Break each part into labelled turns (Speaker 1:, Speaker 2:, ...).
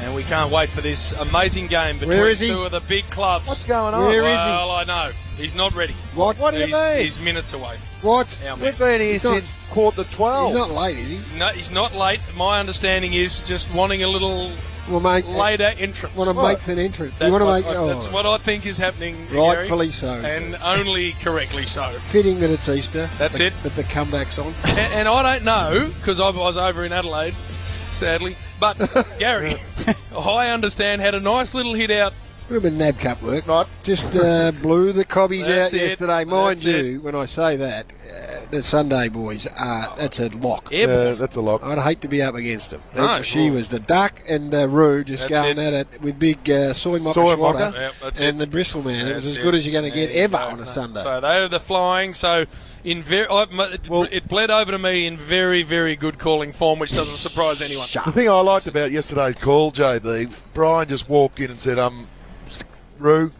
Speaker 1: And we can't wait for this amazing game between
Speaker 2: Where is he?
Speaker 1: two of the big clubs.
Speaker 3: What's going on?
Speaker 2: Where is he?
Speaker 1: well, I know. He's not ready.
Speaker 2: What?
Speaker 3: What do you
Speaker 1: he's,
Speaker 3: mean?
Speaker 1: He's minutes away.
Speaker 2: What?
Speaker 1: Our man.
Speaker 3: We've been here
Speaker 2: He's not-
Speaker 3: since quarter to twelve.
Speaker 2: He's not late, is he?
Speaker 1: No, he's not late. My understanding is just wanting a little
Speaker 2: Well, mate,
Speaker 1: later entrance.
Speaker 2: want to
Speaker 3: Right.
Speaker 2: make an entrance.
Speaker 1: That's,
Speaker 2: you want to
Speaker 1: what,
Speaker 2: make.
Speaker 1: I,
Speaker 2: oh,
Speaker 1: that's what I think is happening.
Speaker 2: Rightfully
Speaker 1: Gary,
Speaker 2: so.
Speaker 1: And only correctly so.
Speaker 2: Fitting that it's Easter.
Speaker 1: That's
Speaker 2: but,
Speaker 1: it.
Speaker 2: But the comeback's on.
Speaker 1: And, and I don't know, because I was over in Adelaide, sadly. But, Gary, I understand had a nice little hit out.
Speaker 2: Would have been NAB Cup work.
Speaker 3: Right.
Speaker 2: Just uh, blew the cobbies
Speaker 1: That's
Speaker 2: out
Speaker 1: it.
Speaker 2: yesterday. Mind
Speaker 1: That's
Speaker 2: you, when I say that, uh, the Sunday boys are. That's a lock.
Speaker 1: Airborne.
Speaker 3: Yeah, that's a lock.
Speaker 2: I'd hate to be up against them.
Speaker 1: No,
Speaker 2: That- she
Speaker 1: sure.
Speaker 2: was the duck and the Roo just
Speaker 1: That's
Speaker 2: going
Speaker 1: it.
Speaker 2: at it with big uh, soy mocker,
Speaker 3: Soy
Speaker 2: swatter
Speaker 3: mocker.
Speaker 1: Yep, that's
Speaker 2: and
Speaker 1: it.
Speaker 2: the bristle man. it was
Speaker 1: That's
Speaker 2: as good
Speaker 1: it.
Speaker 2: as you're going to get
Speaker 1: There you
Speaker 2: ever
Speaker 1: go.
Speaker 2: on a Sunday.
Speaker 1: So they were the flying. So in very, I, my- it,
Speaker 3: Well-
Speaker 1: it bled over to me in very, very good calling form, which doesn't surprise anyone.
Speaker 3: The thing I liked about yesterday's call, JB, Brian just walked in and said, um, Roo,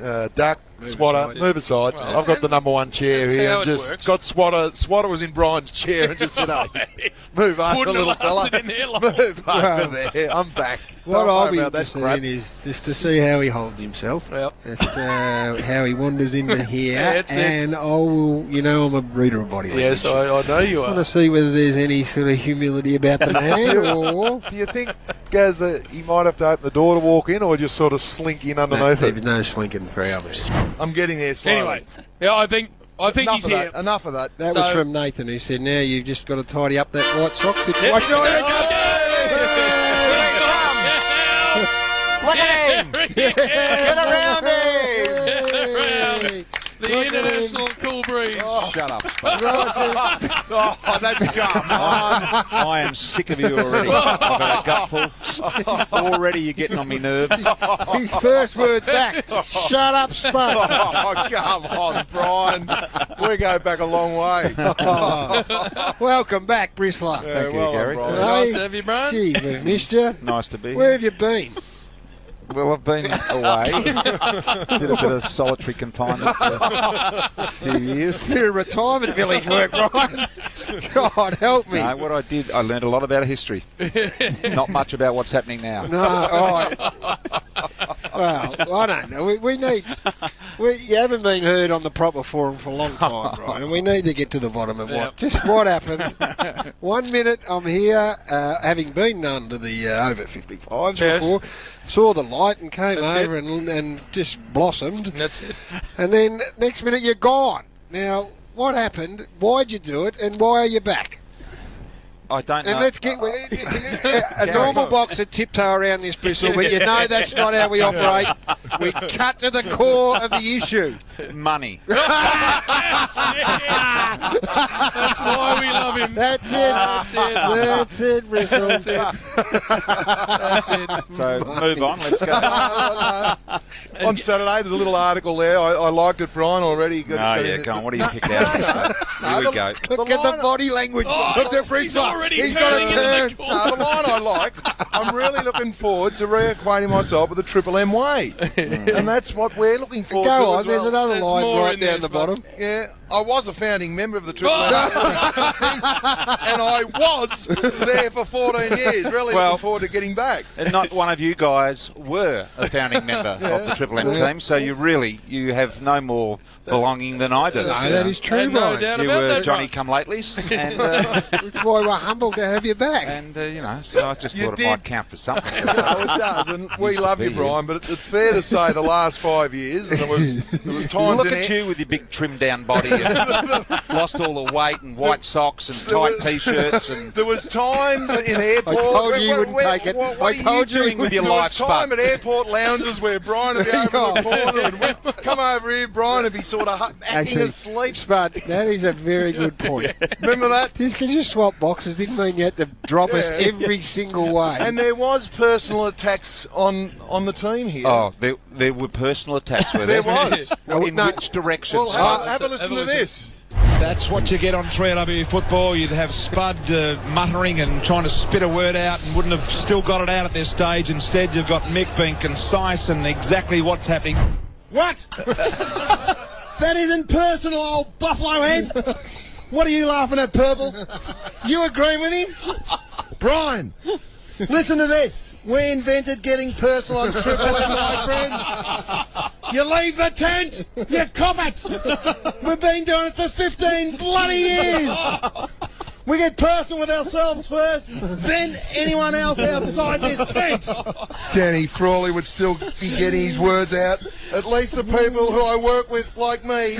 Speaker 3: uh, Duck, Swatter,
Speaker 2: aside.
Speaker 3: move aside.
Speaker 1: Well,
Speaker 3: I've got the number one chair
Speaker 1: that's
Speaker 3: here.
Speaker 1: how
Speaker 3: and
Speaker 1: it
Speaker 3: just
Speaker 1: works.
Speaker 3: got Swatter. Swatter was in Brian's chair and just said, hey, move over,
Speaker 1: Wouldn't have
Speaker 3: little fella.
Speaker 1: lasted in there long.
Speaker 3: move
Speaker 2: Well,
Speaker 3: over there. I'm back.
Speaker 2: What
Speaker 3: Don't
Speaker 2: I'll
Speaker 3: worry
Speaker 2: be
Speaker 3: about that
Speaker 2: interested
Speaker 3: crap.
Speaker 2: in is just to see how he holds himself.
Speaker 1: Yep.
Speaker 2: Just, uh, how he wanders into here.
Speaker 1: That's it.
Speaker 2: and I will, you know, I'm a reader of body language.
Speaker 1: Yes, I, I know you
Speaker 2: I want
Speaker 1: are.
Speaker 2: to see whether there's any sort of humility about the man or.
Speaker 3: Do you think, Gaz, that he might have to open the door to walk in or just sort of slink in
Speaker 2: No,
Speaker 3: underneath
Speaker 2: there
Speaker 3: it?
Speaker 2: was no slinking for hours.
Speaker 3: I'm getting there slowly.
Speaker 1: Anyway, yeah, I think I think
Speaker 3: enough
Speaker 1: he's
Speaker 3: of
Speaker 1: here.
Speaker 3: that. Enough of that.
Speaker 2: That was
Speaker 1: So-
Speaker 2: from Nathan, who said, "Now you've just got to tidy up that white socks."
Speaker 1: Yep.
Speaker 2: situation."
Speaker 1: Look at him!
Speaker 3: Get around me!
Speaker 2: Hey!
Speaker 1: The international cool breeze.
Speaker 2: Oh.
Speaker 4: Shut up.
Speaker 2: Right, so-
Speaker 3: Oh, that's dumb.
Speaker 4: I'm, I am sick of you already. I've had a gutful. Already you're getting on my nerves.
Speaker 2: his first words back. Shut up, Spud.
Speaker 3: Oh, come on, Brian. We go back a long way.
Speaker 2: Oh, welcome back, Bristler.
Speaker 4: Thank you,
Speaker 3: well done,
Speaker 4: Gary.
Speaker 3: Brian.
Speaker 1: Nice to have you, Brian.
Speaker 2: Gee, we've missed you.
Speaker 4: Nice to be
Speaker 2: Where
Speaker 4: here.
Speaker 2: have you been?
Speaker 4: Well, I've been away. Did a bit of solitary confinement for a few years.
Speaker 2: You're a retirement village work, Ryan. God help me.
Speaker 4: No, what I did, I learned a lot about history. Not much about what's happening now.
Speaker 2: No, all right. well, I don't know. We, we need. We, you haven't been heard on the proper forum for a long time, Brian, and we need to get to the bottom of what just what happened. One minute I'm here, uh, having been none to the uh, over 55s
Speaker 1: Yes.
Speaker 2: before, saw the light and came
Speaker 1: That's
Speaker 2: over and and just blossomed,
Speaker 1: That's it.
Speaker 2: and then next minute you're gone. Now, what happened? Why'd you do it? And why are you back?
Speaker 4: I don't
Speaker 2: And
Speaker 4: know.
Speaker 2: let's get a, a normal boxer tiptoe around this bristle, but you know that's not how we operate. We cut to the core of the issue.
Speaker 4: money.
Speaker 1: That's it. That's why we love him.
Speaker 2: That's it.
Speaker 1: That's it.
Speaker 2: That's it, bristle.
Speaker 1: That's it.
Speaker 4: So move on. Let's go.
Speaker 3: On Saturday, there's a little article there. I, I liked it, Brian, already. Got-
Speaker 4: No,
Speaker 3: got
Speaker 4: yeah,
Speaker 3: in-
Speaker 4: go on. What are you kicked out of? Here we go.
Speaker 2: Look at the body language
Speaker 1: Oh,
Speaker 2: of the
Speaker 1: he's
Speaker 2: bristle.
Speaker 1: already
Speaker 2: he's got a
Speaker 1: turning into
Speaker 2: turn.
Speaker 1: the cool-
Speaker 3: Uh, the line I like, I'm really looking forward to reacquainting myself with the Triple M way. and that's what we're looking forward to.
Speaker 2: Go on,
Speaker 3: as
Speaker 2: there's
Speaker 3: well.
Speaker 2: another
Speaker 1: There's
Speaker 2: line
Speaker 1: more
Speaker 2: right
Speaker 1: in there,
Speaker 2: down the
Speaker 1: Spud.
Speaker 2: bottom.
Speaker 3: Yeah, I was a founding member of the Triple M.
Speaker 1: Oh,
Speaker 3: and I was there for 14 years. Really
Speaker 4: Well-
Speaker 3: looking forward to getting back.
Speaker 4: And not one of you guys were a founding member of the Triple M team, so you really you have no more belonging than I do.
Speaker 2: No, that is true,
Speaker 1: And no
Speaker 2: Brian.
Speaker 1: doubt
Speaker 4: you
Speaker 1: about
Speaker 4: were
Speaker 1: that.
Speaker 4: Johnny
Speaker 1: Mark.
Speaker 4: Come Latelys, and uh,
Speaker 2: Which is why we're humbled to have you back.
Speaker 4: and uh, you know, so I just
Speaker 3: You
Speaker 4: thought
Speaker 3: did.
Speaker 4: it might count for something.
Speaker 3: No, it does, and we love you,
Speaker 4: be
Speaker 3: Brian. But it's fair to say the last five years, and there was there was times
Speaker 4: Look
Speaker 3: in it-
Speaker 4: at you with your big trimmed down body, and lost all the weight, and white socks, and tight t-shirts, and
Speaker 3: There was times in airport.
Speaker 2: told you you
Speaker 3: where-
Speaker 2: wouldn't
Speaker 3: where-
Speaker 2: take it.
Speaker 3: what-
Speaker 2: I
Speaker 3: what are
Speaker 2: told you
Speaker 3: doing
Speaker 2: you
Speaker 4: with your
Speaker 3: There
Speaker 4: life,
Speaker 3: was time
Speaker 4: Spud.
Speaker 3: at airport lounges where Brian would be over in the corner and we'd come over here. Brian would be sort of hu- acting
Speaker 2: Actually,
Speaker 3: asleep.
Speaker 2: Spud, that is a very good point.
Speaker 3: Remember that?
Speaker 2: Just because you swap boxes didn't mean you had to drop us
Speaker 3: Yeah.
Speaker 2: every single way.
Speaker 3: And there was personal attacks on on the team here.
Speaker 4: oh, there, there were personal attacks. Were there?
Speaker 3: There was.
Speaker 2: No,
Speaker 4: in
Speaker 2: no.
Speaker 4: which direction? Oh.
Speaker 3: Well, have, a- have a
Speaker 1: have
Speaker 3: listen
Speaker 1: a
Speaker 3: to
Speaker 1: listen.
Speaker 3: this.
Speaker 5: That's what you get on 3LW football. You'd have Spud uh, muttering and trying to spit a word out and wouldn't have still got it out at this stage. Instead, you've got Mick being concise and exactly what's happening.
Speaker 6: What? that isn't personal, old buffalo head. What are you laughing at, Purple? You agreeing with him? Brian, Listen to this. We invented getting personal on Triple M, my friend. You leave the tent, you cop it. We've been doing it for 15 bloody years. We get personal with ourselves first, then anyone else outside this tent.
Speaker 3: Danny Frawley would still be getting his words out. At least the people who I work with like me.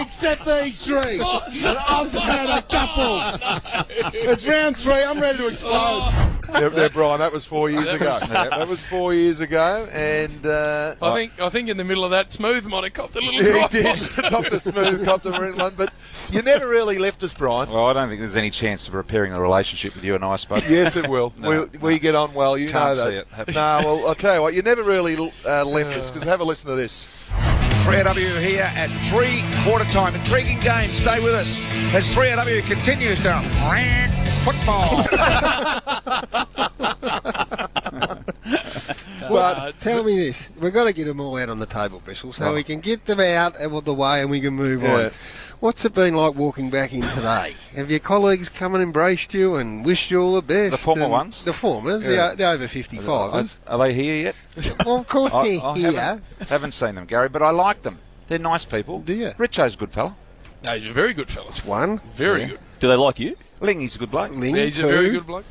Speaker 6: Except these three. And I've had a couple. It's round three. I'm ready to explode.
Speaker 3: yeah, yeah, Brian, that was four years ago. Yeah, that was four years ago, and uh,
Speaker 1: I think I think in the middle of that, Smooth might have copped a little
Speaker 3: he
Speaker 1: drop.
Speaker 3: did top the smooth, top the red one. But you never really left us, Brian.
Speaker 4: Well, I don't think there's any chance of repairing the relationship with you and I, Spud.
Speaker 3: Yes, it will.
Speaker 4: No.
Speaker 3: we, we get on well. You
Speaker 4: Can't
Speaker 3: know that.
Speaker 4: see it happening.
Speaker 3: No, well, I'll tell you what. You never really uh, left us because have a listen to this.
Speaker 5: 3AW here at three quarter time. Intriguing game. Stay with us as 3AW continues to rant football.
Speaker 2: Well, tell me this. We've got to get them all out on the table, Bristol, so we can get them out of the way and we can move
Speaker 3: Yeah.
Speaker 2: on. What's it been like walking back in today? Have your colleagues come and embraced you and wished you all the best?
Speaker 4: The former
Speaker 2: and-
Speaker 4: ones?
Speaker 2: The formers, the, the over 55ers.
Speaker 4: Are they here yet?
Speaker 2: well, of course
Speaker 4: I-
Speaker 2: they're
Speaker 4: I
Speaker 2: here.
Speaker 4: Haven't, haven't seen them, Gary, but I like them. They're nice people.
Speaker 2: Do you?
Speaker 4: Richo's a good fella.
Speaker 1: No, he's a very good fella.
Speaker 2: One,
Speaker 1: Very good.
Speaker 7: Do they like you?
Speaker 4: Lingy's a good bloke.
Speaker 2: Lingy,
Speaker 1: Yeah, he's
Speaker 2: two.
Speaker 1: a very good bloke.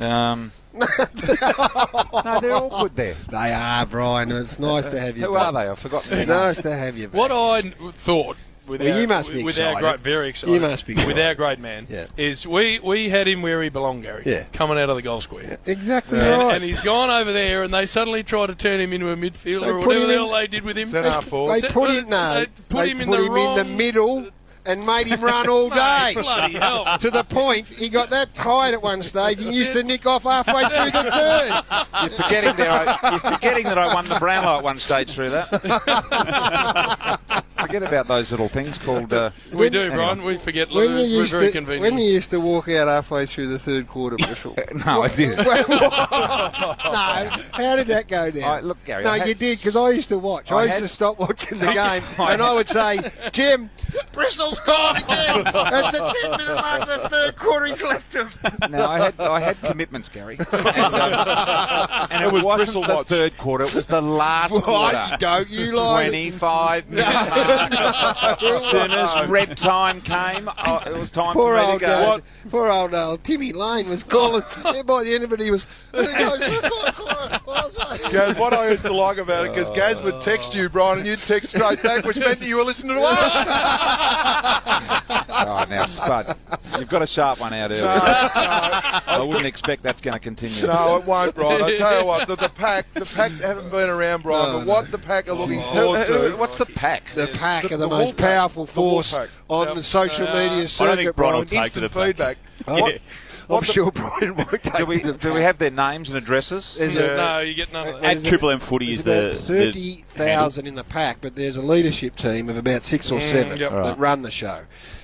Speaker 4: Um, no, they're all good there.
Speaker 2: They are, Brian. and It's nice to have you
Speaker 4: Who
Speaker 2: back.
Speaker 4: are they? I've forgotten. their names.
Speaker 2: Nice to have you back.
Speaker 1: What I n- thought with
Speaker 2: Well,
Speaker 1: our,
Speaker 2: you must be
Speaker 1: with our
Speaker 2: excited.
Speaker 1: great, very excited.
Speaker 2: You must be
Speaker 1: with
Speaker 2: excited.
Speaker 1: our great man.
Speaker 2: Yeah.
Speaker 1: Is we we had him where he belonged, Gary.
Speaker 2: Yeah.
Speaker 1: Coming out of the goal square.
Speaker 2: Exactly
Speaker 1: And,
Speaker 2: right.
Speaker 1: and he's gone over there, and they suddenly try to turn him into a midfielder
Speaker 2: They
Speaker 1: or
Speaker 2: put
Speaker 1: whatever
Speaker 2: him
Speaker 1: the
Speaker 2: in-
Speaker 1: hell they did with him.
Speaker 3: Centre half forward.
Speaker 2: they
Speaker 1: Set-
Speaker 2: put him, no,
Speaker 1: they put him in the wrong-
Speaker 2: middle and made him run all
Speaker 1: Mate,
Speaker 2: day.
Speaker 1: bloody hell.
Speaker 2: to the point he got that tired at one stage he used to nick off halfway through the third.
Speaker 4: You're forgetting, there I, you're forgetting that I won the Brownlow at one stage through that. Forget about those little things called. Uh,
Speaker 1: We do,
Speaker 4: Anyway.
Speaker 1: Brian. We forget.
Speaker 2: When you,
Speaker 1: We're
Speaker 2: used
Speaker 1: very
Speaker 2: to,
Speaker 1: convenient.
Speaker 2: when you used to walk out halfway through the third quarter, Bristol.
Speaker 4: No, I didn't.
Speaker 2: Well, no, how did that go down?
Speaker 4: All right, look, Gary,
Speaker 2: no,
Speaker 4: I had-
Speaker 2: you did because I used to watch. I,
Speaker 4: I
Speaker 2: used
Speaker 4: had-
Speaker 2: to stop watching the game,
Speaker 4: I
Speaker 2: and I would say, "Jim, Bristol's gone again. It's a ten-minute mark of the third quarter. He's left him."
Speaker 4: No, I had I had commitments, Gary, and, um, and it,
Speaker 3: was
Speaker 4: wasn't
Speaker 3: bristle
Speaker 4: the
Speaker 3: watch.
Speaker 4: third quarter; it was the last
Speaker 2: Why
Speaker 4: quarter.
Speaker 2: don't you lie?
Speaker 4: 25 minute mark. As soon as red time came, oh, it was time
Speaker 2: Poor
Speaker 4: for me to
Speaker 2: old, uh,
Speaker 4: go.
Speaker 2: poor old uh, Timmy Lane was calling. and by the end of it, he was. yeah,
Speaker 3: Gaz, what I used to like about it because Gaz would text you, Brian, and you'd text straight back, which meant that you were listening to us.
Speaker 4: Oh, now, Spud, you've got a sharp one out early. I wouldn't expect that's going to continue.
Speaker 3: No, it won't, Brian. I tell you what, the, the pack, the pack haven't been around, Brian.
Speaker 2: No,
Speaker 3: but
Speaker 2: no.
Speaker 3: what the pack are looking
Speaker 4: Who-
Speaker 3: forward
Speaker 4: who-
Speaker 3: to?
Speaker 4: what's the pack?
Speaker 2: the pack
Speaker 3: The-
Speaker 2: are the,
Speaker 3: the
Speaker 2: most
Speaker 3: Wolfpack.
Speaker 2: powerful
Speaker 3: The
Speaker 2: force
Speaker 3: Wolfpack.
Speaker 2: on
Speaker 1: Yep.
Speaker 2: the social
Speaker 1: Uh, I
Speaker 2: media
Speaker 1: don't
Speaker 7: I don't
Speaker 2: circuit.
Speaker 7: think Brian will
Speaker 2: Brian.
Speaker 7: take to the
Speaker 3: Instant
Speaker 7: pack.
Speaker 3: feedback.
Speaker 7: Yeah.
Speaker 2: I'm sure Brian won't take
Speaker 4: Do we,
Speaker 2: to the
Speaker 4: do we have their names and addresses?
Speaker 2: There's a-
Speaker 1: no, you get none of that.
Speaker 7: At Triple M Footy is the
Speaker 2: about 30,000 in the pack, but there's a leadership team of about six or seven
Speaker 1: Mm, yep.
Speaker 2: that run the show.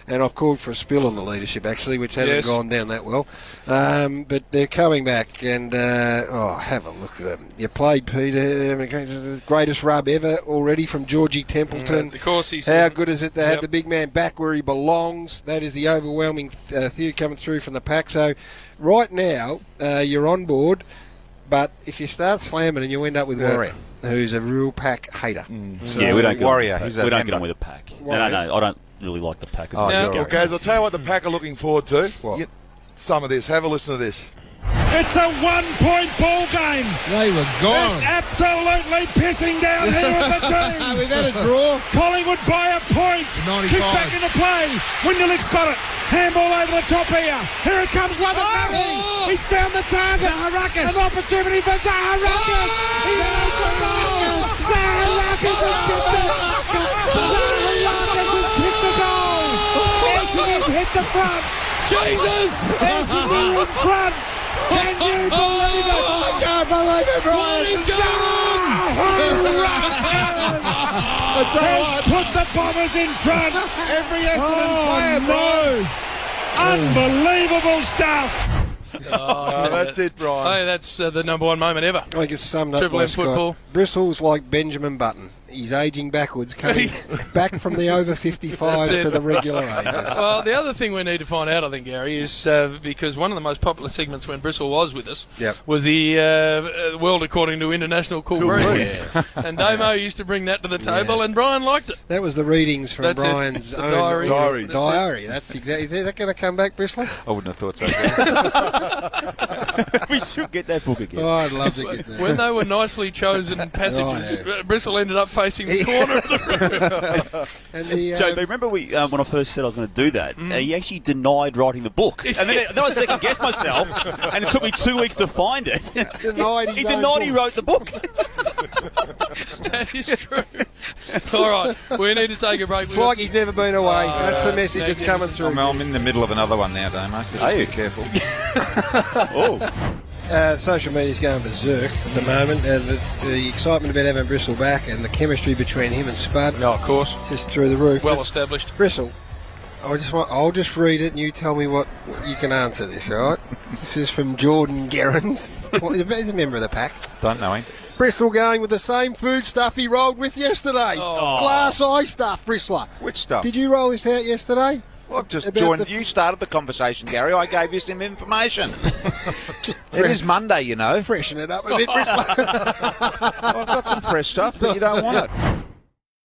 Speaker 2: And I've called for a spill on the leadership, actually, which hasn't
Speaker 1: Yes.
Speaker 2: gone down that well. Um, but they're coming back, and uh, oh, have a look at them. You played Peter, greatest rub ever already from Georgie Templeton.
Speaker 1: Of course, he's
Speaker 2: How good is it to have
Speaker 1: Yep.
Speaker 2: the big man back where he belongs? That is the overwhelming uh, theory coming through from the pack. So, right now, uh, you're on board, but if you start slamming and you end up with Warrior, who's a real pack hater.
Speaker 1: Mm.
Speaker 2: So,
Speaker 7: yeah, we don't get
Speaker 4: Warrior,
Speaker 7: On with
Speaker 4: he's
Speaker 7: the
Speaker 4: a
Speaker 7: pack. we don't get
Speaker 4: member.
Speaker 7: on with the pack.
Speaker 2: Warrior.
Speaker 7: No, no, no. I don't really like the pack. As
Speaker 4: Oh,
Speaker 7: much as
Speaker 1: no.
Speaker 7: Gary.
Speaker 3: Well, Gaz, I'll tell you what the pack are looking forward to.
Speaker 2: What?
Speaker 3: Some of this. Have a listen to this.
Speaker 6: It's a one-point ball game.
Speaker 2: They were gone.
Speaker 6: It's absolutely pissing down here at the team.
Speaker 2: We've had a draw.
Speaker 6: Collingwood by a point.
Speaker 2: 95.
Speaker 6: Kick back into play. Winderlick's got it. Handball over the top here. Here it comes, Lovett Murray. He's found the target. Zaharakis. An opportunity for Zaharakis. He has the goal. Zaharakis has kicked it. Zaharakis has kicked the goal. Essendon have hit the front.
Speaker 1: Jesus!
Speaker 6: Essendon are in front. Can you believe it?
Speaker 2: I can't believe it, Brian.
Speaker 6: Has put the bombers in front.
Speaker 2: Every Essendon
Speaker 6: Oh no! Unbelievable stuff.
Speaker 3: Oh, that's it, Brian.
Speaker 2: Oh,
Speaker 1: Hey, that's uh, the number one moment ever.
Speaker 2: I think it's summed up
Speaker 1: Triple
Speaker 2: by
Speaker 1: M
Speaker 2: Scott.
Speaker 1: football.
Speaker 2: Bristles like Benjamin Button. he's aging backwards, coming back from the over 55s
Speaker 1: That's
Speaker 2: to
Speaker 1: it.
Speaker 2: the regular ages.
Speaker 1: well, the other thing we need to find out, I think, Gary, is uh, because one of the most popular segments when Bristol was with us
Speaker 2: Yep.
Speaker 1: was the uh, uh, world according to international cool, breeze, and Damo used to bring that to the table, and Brian liked it.
Speaker 2: That was the readings from
Speaker 1: That's it.
Speaker 2: Brian's
Speaker 1: The
Speaker 2: own
Speaker 1: diary.
Speaker 3: Diary.
Speaker 2: That's diary. That's exactly. Is that going to come back, Bristol?
Speaker 4: I wouldn't have thought so.
Speaker 7: we should get that book again.
Speaker 2: Oh, I'd love to get that.
Speaker 1: When they were nicely chosen passages,
Speaker 2: Right.
Speaker 1: uh, Bristol ended up facing the corner. Of the
Speaker 2: And the, uh,
Speaker 7: Joe, but remember we, um, when I first said I was going to do that, uh, he actually denied writing the book. And then, then I second guessed myself, and it took me two weeks to find it.
Speaker 2: denied his
Speaker 7: he
Speaker 2: own
Speaker 7: denied he
Speaker 2: book.
Speaker 7: wrote the book.
Speaker 1: that is true. All right, we need to take a break.
Speaker 2: It's
Speaker 1: We've got
Speaker 2: like he's never been away. That's the message that's
Speaker 1: thank you,
Speaker 2: coming
Speaker 1: Mr.
Speaker 2: through.
Speaker 4: I'm, I'm in the middle of another one now, Damo, so just
Speaker 7: Are
Speaker 4: be
Speaker 7: you?
Speaker 4: careful.
Speaker 7: oh,
Speaker 2: Uh, social media's going berserk at the moment. Uh, the, the excitement about having Bristol back and the chemistry between him and Spud
Speaker 4: No, of course.
Speaker 2: it's just through the roof.
Speaker 1: well
Speaker 2: But
Speaker 1: established.
Speaker 2: Bristol, I just want, I'll just read it and you tell me what, what you can answer this, all right? this is from Jordan Gerrans. well, he's a- he's a member of the pack.
Speaker 4: Don't know him.
Speaker 2: Bristol going with the same food stuff he rolled with yesterday. Glass eye stuff, Bristler.
Speaker 4: Which stuff?
Speaker 2: Did you roll this out yesterday?
Speaker 4: Look, just
Speaker 2: About
Speaker 4: joined.
Speaker 2: the-
Speaker 4: you started the conversation, Gary. I gave you some information. it is Monday, you know.
Speaker 2: Freshen it up a bit, Bristler.
Speaker 4: I've got some fresh stuff, but you don't want it.